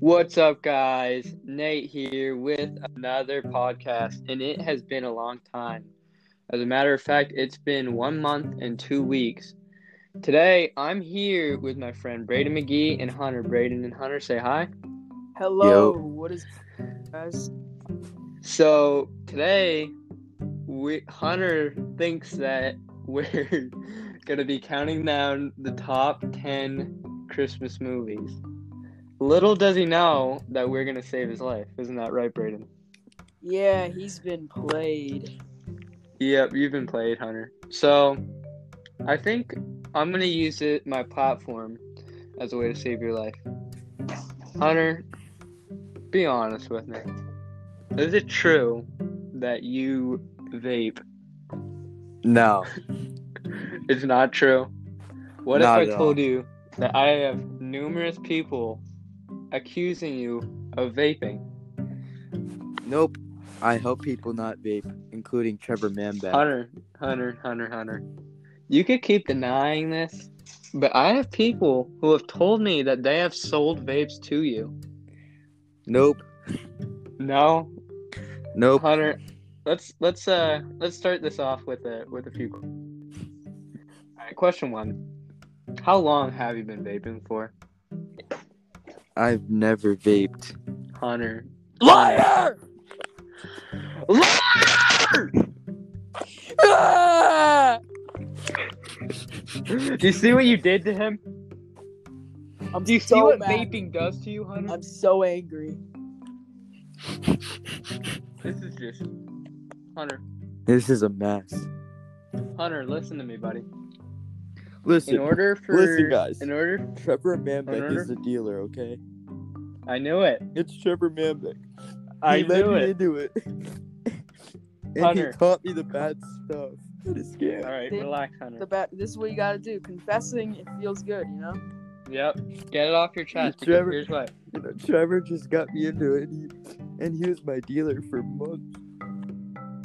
What's up, guys? Nate here with another podcast, and it has been a long time. As a matter of fact, it's been one month and two weeks. Today, I'm here with my friend Braden McGee and Hunter. Braden and Hunter, say hi. Hello, what is guys? So today, we, Hunter thinks that we're gonna be counting down the top ten Christmas movies. Little does he know that we're gonna save his life. Isn't that right, Braden? Yeah, he's been played. Yep, you've been played, Hunter. So, I think I'm gonna use it my platform as a way to save your life. Hunter, be honest with me. Is it true that you vape? No. It's not true. What Not if I at told all. you that I have numerous people accusing you of vaping? Nope. I help people not vape, including Trevor Manbeck. Hunter, Hunter, Hunter, Hunter. You could keep denying this, but I have people who have told me that they have sold vapes to you. Nope. No, Nope. Hunter. Let's let's uh let's start this off with a with a few. All right, question one. How long have you been vaping for, I've never vaped. Hunter? Liar! Ah! Do you see what you did to him? I'm Do you so see what mad. vaping does to you, Hunter? I'm so angry. This is just Hunter. This is a mess. Hunter, listen to me, buddy. In Listen, order for listen, guys. In order, Trevor Manbeck Hunter? is a dealer, okay? I knew it. It's Trevor Manbeck. I he led knew me it. into it. and Hunter. he taught me the bad stuff. That is scam. All right, Did- relax, The Hunter. ba- this is what you gotta do. Confessing, it feels good, you know. Yep, get it off your chest. because Trevor- Here's what. You know, Trevor just got me into it, and he, and he was my dealer for months.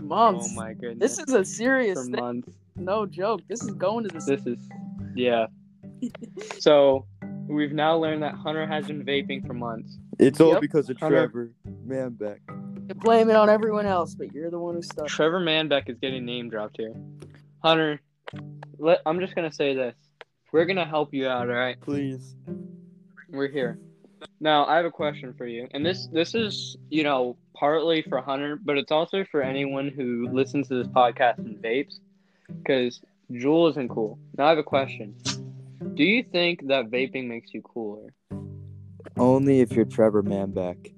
Moms, oh my goodness. this is a serious for thing. months. No joke. This is going to the. This is yeah. so we've now learned that Hunter has been vaping for months. It's all Yep, because of Hunter. Trevor Manbeck. You blame it on everyone else, but you're the one who stuck. Trevor Manbeck is getting name dropped here. Hunter, let, I'm just gonna say this. We're gonna help you out, all right? Please. We're here. Now I have a question for you, and this this is you know partly for Hunter, but it's also for anyone who listens to this podcast and vapes, because Jewel isn't cool. Now I have a question. Do you think that vaping makes you cooler? Only if you're Trevor Manbeck.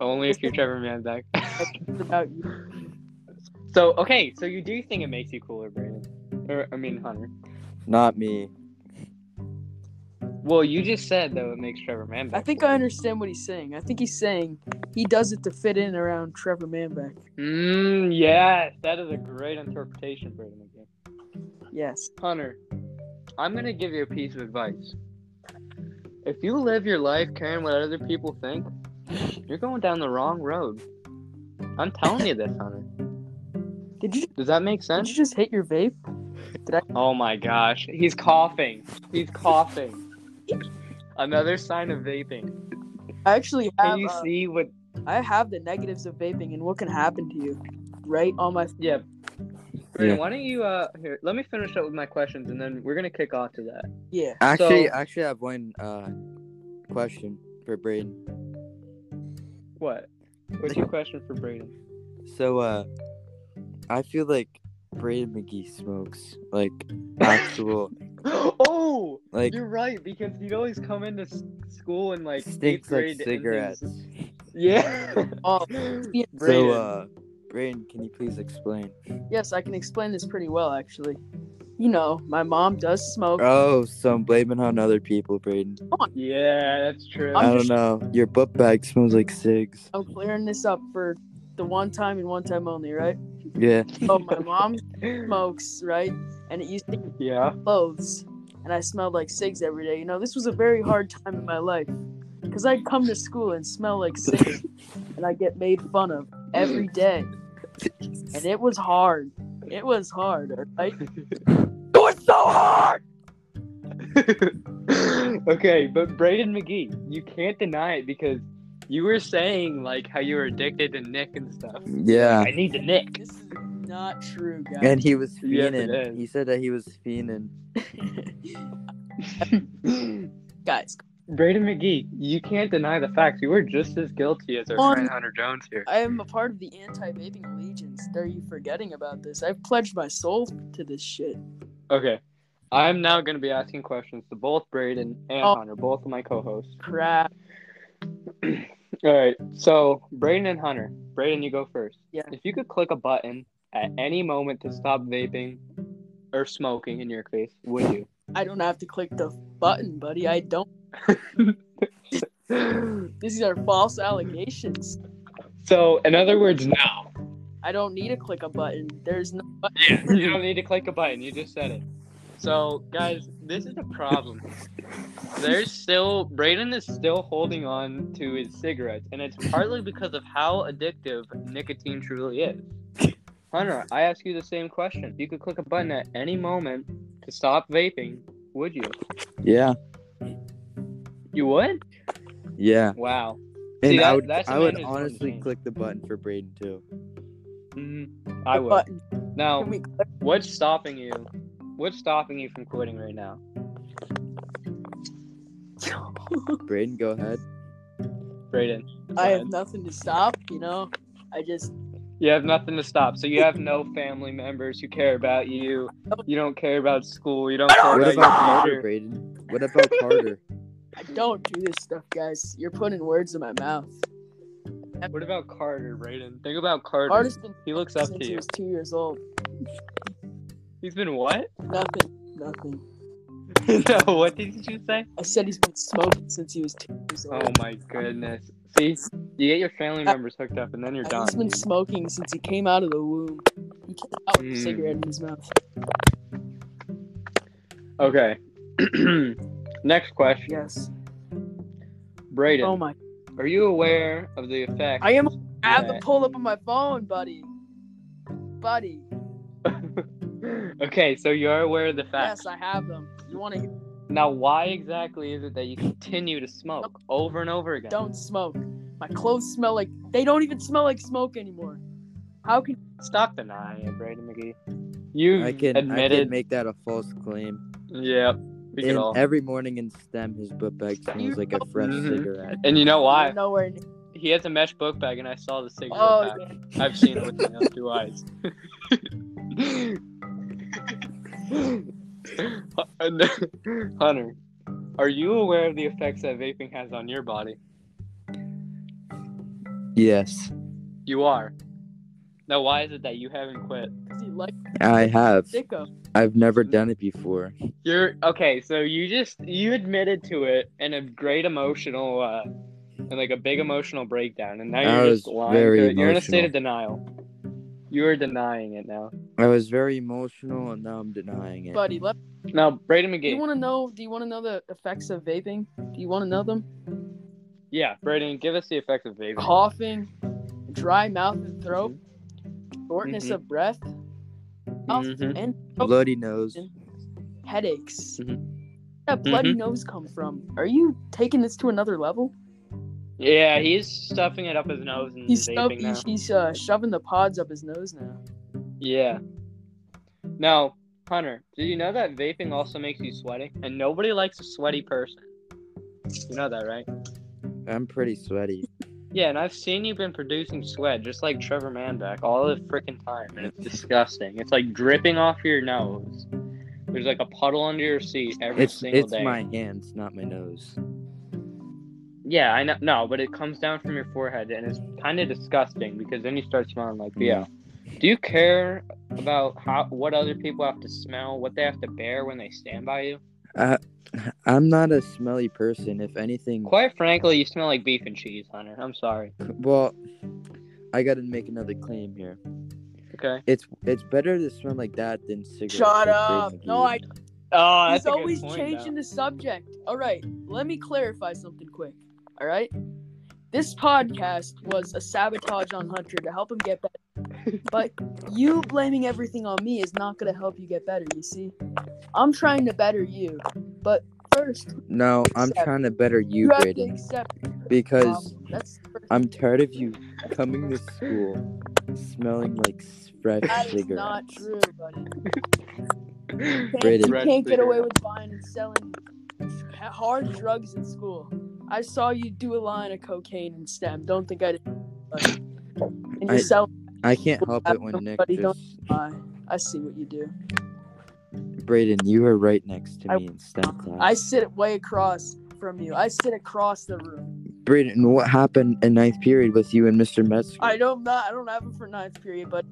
Only if you're Trevor Manbeck. It's about you. so okay, so you do think it makes you cooler, Brandon, or I mean Hunter. Not me. Well, you just said though it makes Trevor Manbeck. I think I understand what he's saying. I think he's saying he does it to fit in around Trevor Manbeck. Mmm. Yes, that is a great interpretation, Brandon. Yes. Hunter, I'm gonna give you a piece of advice. If you live your life caring what other people think, you're going down the wrong road. I'm telling you this, Hunter. Did you Does that make did sense? you just hit your vape? Oh my gosh, he's coughing. He's coughing. Another sign of vaping. I actually Can have. you uh, see what? I have the negatives of vaping and what can happen to you, right? On my Yeah. Brandon, Why don't you? Uh, here, let me finish up with my questions, and then we're gonna kick off to that. yeah. Actually, So- actually, I have one uh, question for Braden. What? What's your question for Braden? So, uh, I feel like Braden McGee smokes like actual, oh, like You're right because he'd always come into s- school and like eighth stinks like grade and cigarettes. things- Yeah. Oh, So, Brayden, uh, Braden, can you please explain? yes, I can explain this pretty well, actually. You know, my mom does smoke. Oh, so I'm blaming on other people, Braden. yeah, that's true. I I'm don't just- know. Your book bag smells like cigs. I'm clearing this up for the one time and one time only, right? Yeah. Oh, my mom smokes, right? And it used to be yeah. clothes, and I smelled like cigs every day. You know, this was a very hard time in my life because I'd come to school and smell like cigs, and I get made fun of every day. and it was hard. It was hard, alright? It was so hard. Okay, but Braden McGee, you can't deny it because you were saying like how you were addicted to Nick and stuff. Yeah. I need the Nick. This is not true, guys. And he was Yes, it fiending. is. he said that he was fiending. guys, Braden McGee, you can't deny the facts. You were just as guilty as our On- friend Hunter Jones here. I am a part of the anti-vaping allegiance. Are you forgetting about this? I've pledged my soul to this shit. Okay. I'm now going to be asking questions to both Braden and Oh. Hunter, both of my co hosts. Crap. All right. So, Braden and Hunter. Braden, you go first. Yeah. If you could click a button at any moment to stop vaping or smoking in your case, would you? I don't have to click the button, buddy. I don't. These are false allegations. So, in other words, no. I don't need to click a button. There's no button. Yeah. You don't need to click a button. You just said it. So, guys, this is a problem. There's still, Braden is still holding on to his cigarettes, and it's partly because of how addictive nicotine truly is. Hunter, I ask you the same question. If you could click a button at any moment to stop vaping, would you? Yeah. You would? Yeah. Wow. And See, I that- would that's a I man would who's willing to honestly change. click the button for Braden too. Mhm. I would. button. Now, Can we click? what's stopping you? What's stopping you from quitting right now? Braden, go ahead. Braden, I have nothing to stop. You know, I just you have nothing to stop. So you have no family members who care about you. You don't care about school. You don't care What about about your Carter, future. Braden? What about Carter? I don't do this stuff, guys. You're putting words in my mouth. What about Carter, Braden? Think about Carter. Artist been He looks up since to he you. was two years old. He's been what? Nothing. Nothing. no, what did you say? I said he's been smoking since he was two years old. Oh my goodness. See, you get your family Uh, members hooked up and then you're done. He's been smoking since he came out of the womb. He came out with a Mm. cigarette in his mouth. Okay. Next question. Yes. Braden, Oh my. are you aware of the effect? I am. I have the that- pull up on my phone, buddy. Buddy. okay, so you are aware of the fact. Yes, I have them. You want to? Now, why exactly is it that you continue to smoke over and over again? Don't smoke. My clothes smell like. They don't even smell like smoke anymore. How can? Stop denying it, Braden McGee. You I can I admitted. can make that a false claim. yeah, we can And all. every morning in STEM his book bag smells like a fresh Mhm. cigarette. and you know You're why? nowhere near. He has a mesh book bag, and I saw the cigarette Oh pack. yeah. I've seen it with my own two eyes. Hunter, are you aware of the effects that vaping has on your body? Mm-hmm. Yes. You are. Now, why is it that you haven't quit? 'Cause he likes I have. sicko. I've never done it before. You're okay. So you just you admitted to it in a great emotional, uh, and like a big emotional breakdown, and now I you're just was lying. very to it. You're in a state emotional. of denial. You are denying it now. I was very emotional and now I'm denying it. Buddy, let. Now, Braden Do you McGee. want to know? Do you want to know the effects of vaping? Do you want to know them? Yeah, Braden, give us the effects of vaping. Coughing, dry mouth and throat, shortness Mhm. of breath, mouth Mhm. and Bloody nose. headaches. Mhm. Where that bloody Mm-hmm. nose come from? Are you taking this to another level? Yeah, he's stuffing it up his nose and He's vaping shoving, now. he's uh, shoving the pods up his nose now. Yeah. Now, Hunter, did you know that vaping also makes you sweaty? And nobody likes a sweaty person. You know that, right? I'm pretty sweaty. Yeah, and I've seen you been producing sweat just like Trevor Manbeck all the freaking time, and it's disgusting. It's like dripping off your nose. There's like a puddle under your seat every It's single it's day. my hands, not my nose. Yeah, I know. No, but it comes down from your forehead, and it's kind of disgusting because then you start smelling like yeah. Do you care about how what other people have to smell, what they have to bear when they stand by you? I'm not a smelly person. If anything, Quite frankly, you smell like beef and cheese, Hunter. I'm sorry. well, I gotta make another claim here. Okay. It's it's better to smell like that than cigarettes. Shut like up! Braden No, McGee. I. Oh, that's he's a good always point, changing though. the subject. All right, let me clarify something quick. All right, this podcast was a sabotage on Hunter to help him get better, but you blaming everything on me is not gonna help you get better. You see, I'm trying to better you, but first. No, I'm Accept. trying to better you, You have to Braden, accept because um, that's the first- I'm tired of you coming to school smelling like fresh that is not cigarettes. true, buddy. You can't, Braden. you Red can't get away cigarette. with buying and selling ha- hard drugs in school. I saw you do a line of cocaine and stem. Don't think I did. Buddy. And I- yourself, I can't help it when Nick Buddy, don't- just I, I see what you do. Braden, you were right next to I- me in STEM class. I sit way across from you. I sit across the room. Braden, what happened in ninth period with you and Mr. Metzger? I don't not. I don't have it for ninth period, but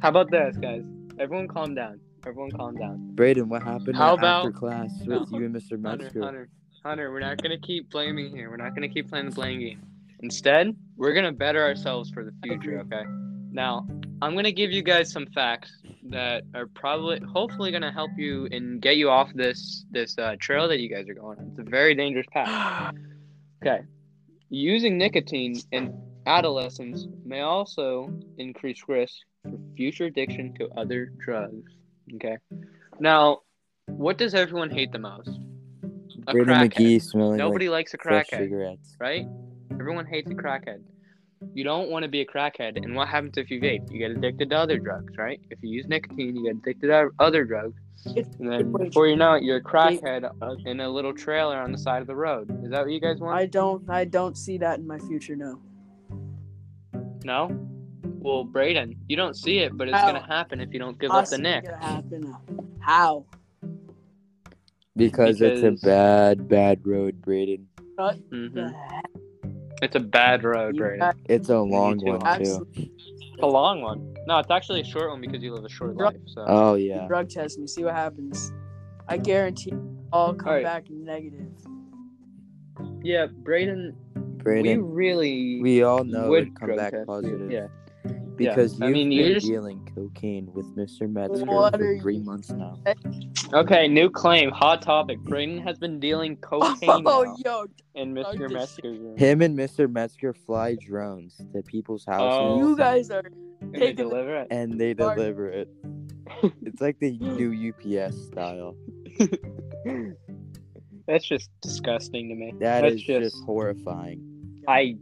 How about this, guys? Everyone calm down. Everyone calm down. Braden, what happened How at- after about- class No. with you and Mr. Hunter, Metzger? Hunter, Hunter, we're not gonna keep blaming here. We're not gonna keep playing the blame game. Instead, we're gonna better ourselves for the future, okay? Now, I'm gonna give you guys some facts that are probably hopefully gonna help you and get you off this this uh, trail that you guys are going on. It's a very dangerous path. Okay. Using nicotine in adolescents may also increase risk for future addiction to other drugs. Okay. Now, what does everyone hate the most? A Braden crackhead. McGee smelling Nobody like likes a fresh crackhead, cigarettes. right? Everyone hates a crackhead. You don't want to be a crackhead. And what happens if you vape? You get addicted to other drugs, right? If you use nicotine, you get addicted to other drugs. It's- And then before you know it, you're a crackhead in a little trailer on the side of the road. Is that what you guys want? I don't. I don't see that in my future. No. No? Well, Braden, you don't see it, but it's How? going to happen if you don't give up the Possibly nick. gonna happen. How? Because, Because- it's a bad, bad road, Braden. hmm The heck? It's a bad road, You Braden. guys It's a long too, one too. absolutely It's a long one. No, it's actually a short one because you live a short Right. life. So. Oh yeah. drug test me. See what happens. I guarantee all come Alright. back negative. yeah, Braden, we Braden, really. we, all know would would come drug back test you, positive. yeah. Because I you've mean, been you're just- dealing cocaine with Mr. Metzger What are for you- three months now. okay, new claim. Hot topic. Braden has been dealing cocaine Oh, now yo, in drug Mr. dis- Metzger's room. Him and Mr. Metzger fly drones to people's houses Oh. you guys are. And they taking the- deliver it. and they Sorry. deliver it. It's like the new UPS style. That's just disgusting to me. That That's is just, horrifying. I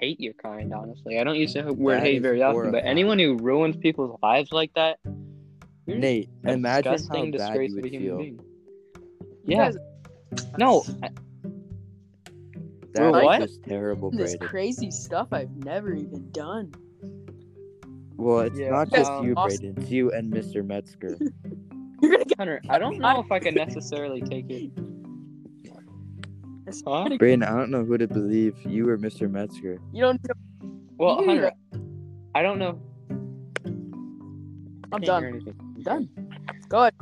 hate your kind, honestly. I don't use the word That hate is very often, but horrifying. anyone who ruins people's lives like that, you're just Nate, a imagine how disgusting bad disgrace of you a would human feel. being. You Yeah, guys no, I- That We're is what? just terrible, are this Braden. crazy stuff I've never even done. Well, it's Yeah, not just um, you, awesome. Braden. It's you and Mr. Metzger. You're gonna get. Hunter, I don't know if I can necessarily take it. Huh? Braden, I don't know who to believe, you or Mr. Metzger. You don't. know- Well, Yeah. Hunter, I don't know. I'm Can't hear done. anything. I'm done. Go ahead.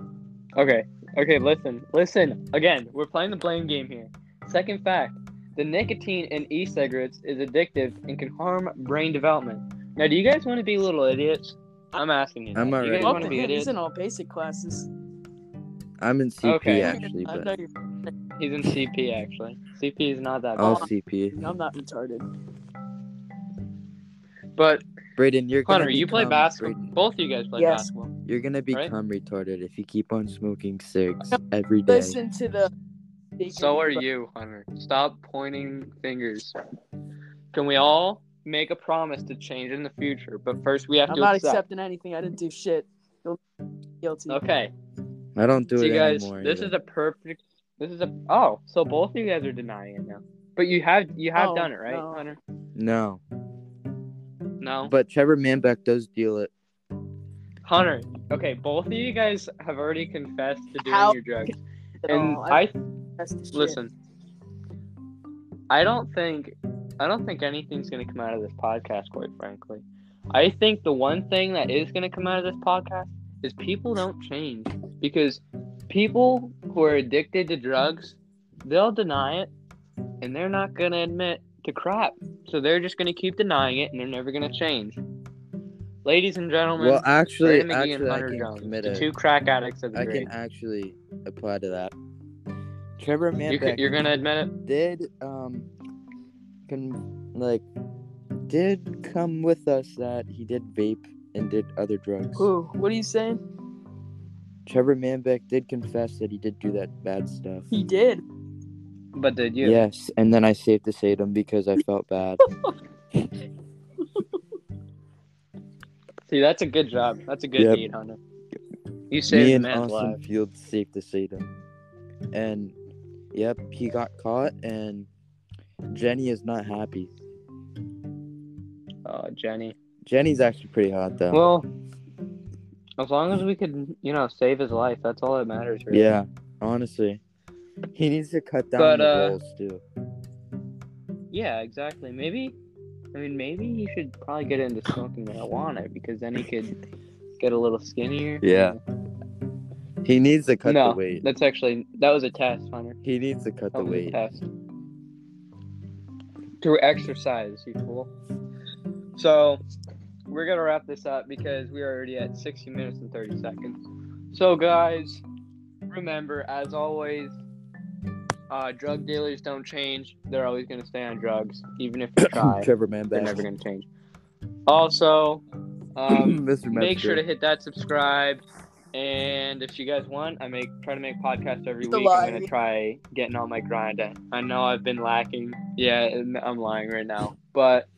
Okay, okay, listen, listen. Again, we're playing the blame game here. Second fact the nicotine in e cigarettes is addictive and can harm brain development. Now, do you guys want to be little idiots? I'm asking you. I'm that. You already- guys Well, want to be dude, idiots? He's in all basic classes. I'm in CP Okay. actually, I but know you're. He's in CP actually. CP is not that bad. all CP. I'm not retarded. But Braden, you're gonna Hunter, you play become- basketball. Braden, Both of you guys play Yes. basketball. you're gonna right? become retarded if you keep on smoking cigs every day. Listen to the. So are you, Hunter. Stop pointing fingers. Can we all make a promise to change in the future? But first, we have I'm to not accept. accepting anything. I didn't do shit. You'll guilty. Okay. I don't do so it you guys, anymore. this either. is a perfect. This is a. Oh, so both of you guys are denying it now. But you have you have No, done it, right, no. Hunter? no, No. but Trevor Manbeck does deal it. Hunter. Okay, both of you guys have already confessed to doing How- your drugs, At and all. I That's the shit. Listen, I don't think I don't think anything's gonna come out of this podcast. Quite frankly, I think the one thing that is gonna come out of this podcast is people don't change because people who are addicted to drugs, they'll deny it, and they're not gonna admit to crap. So they're just gonna keep denying it, and they're never gonna change. Ladies and gentlemen, Well, actually, Brandon McGee and actually, I Hunter can Jones, commit the a, two crack addicts of the I grade. can actually apply to that. Trevor You c- Manbeck you're gonna admit it. did um, can like did come with us that he did vape and did other drugs. Who? What are you saying? Trevor Manbeck did confess that he did do that bad stuff. He did. But did you? Yes, and then I saved the Satan because I felt bad. See, that's a good job. That's a good Yep. deed, Hunter. You Me saved a and man's Austin life. Fields saved the Satan. And yep, he got caught and Jenny is not happy. Oh, Jenny. Jenny's actually pretty hot though. Well, as long as we could, you know, save his life, that's all that matters. Really. yeah, honestly. He needs to cut down But, the uh, rolls too. Yeah, exactly. Maybe, I mean, maybe he should probably get into smoking marijuana because then he could get a little skinnier. Yeah. He needs to cut no, the weight. that's actually that was a test, Hunter. He needs to cut That the was a weight. test. Through exercise, you fool. So, we're gonna wrap this up because we are already at 60 minutes and 30 seconds. So, guys, remember as always, uh, drug dealers don't change. They're always gonna stay on drugs, even if you try. Trevor Man They're never gonna change. Also, um, Mr. make sure to Metzger. hit that subscribe. And if you guys want, I make try to make podcasts every The week. I'm lottery. gonna try getting on my grind. I- I know I've been lacking. Yeah, and I'm lying right now, but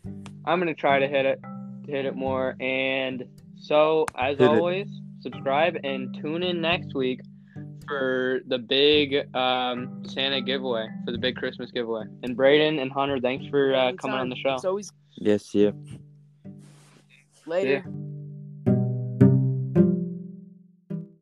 I'm gonna try to hit it, to hit it more. And so, as Hit it. always, subscribe and tune in next week for the big um, Santa giveaway for the big Christmas giveaway. And Braden and Hunter, thanks for uh, coming on Anytime. the show. It's always Yes, yeah. later.